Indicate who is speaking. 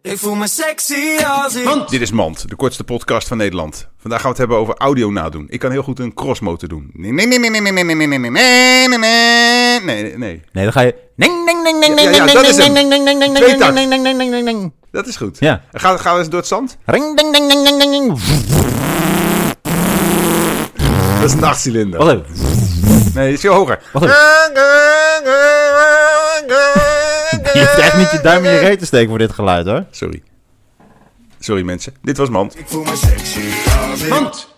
Speaker 1: Ik voel me sexy als ik...
Speaker 2: Dit is Mand, de kortste podcast van Nederland. Vandaag gaan we het hebben over audio nadoen. Ik kan heel goed een crossmotor doen. Nee, nee, nee, nee, nee, nee, nee, nee, nee, nee, nee, nee, nee, nee, nee.
Speaker 3: Nee, dan ga je. Ning, ning, ning, ning,
Speaker 2: Ja,
Speaker 3: ning,
Speaker 2: ja,
Speaker 3: ning,
Speaker 2: dat
Speaker 3: ning,
Speaker 2: is hem.
Speaker 3: ning, ning, ning, ning,
Speaker 2: Tweetakt.
Speaker 3: ning, ning, ning, ning, ning, ning.
Speaker 2: Dat is goed.
Speaker 3: Ja.
Speaker 2: Gaan, gaan we eens door het zand?
Speaker 3: Ring, ding, ding, ding, ding, ding, ding.
Speaker 2: Dat is een achtcilinder.
Speaker 3: Wacht even.
Speaker 2: Nee, die is veel hoger.
Speaker 3: Wacht even. Je hebt echt niet je duim in je reet te steken voor dit geluid hoor.
Speaker 2: Sorry. Sorry mensen, dit was Mand.
Speaker 1: Ik voel me sexy als ik...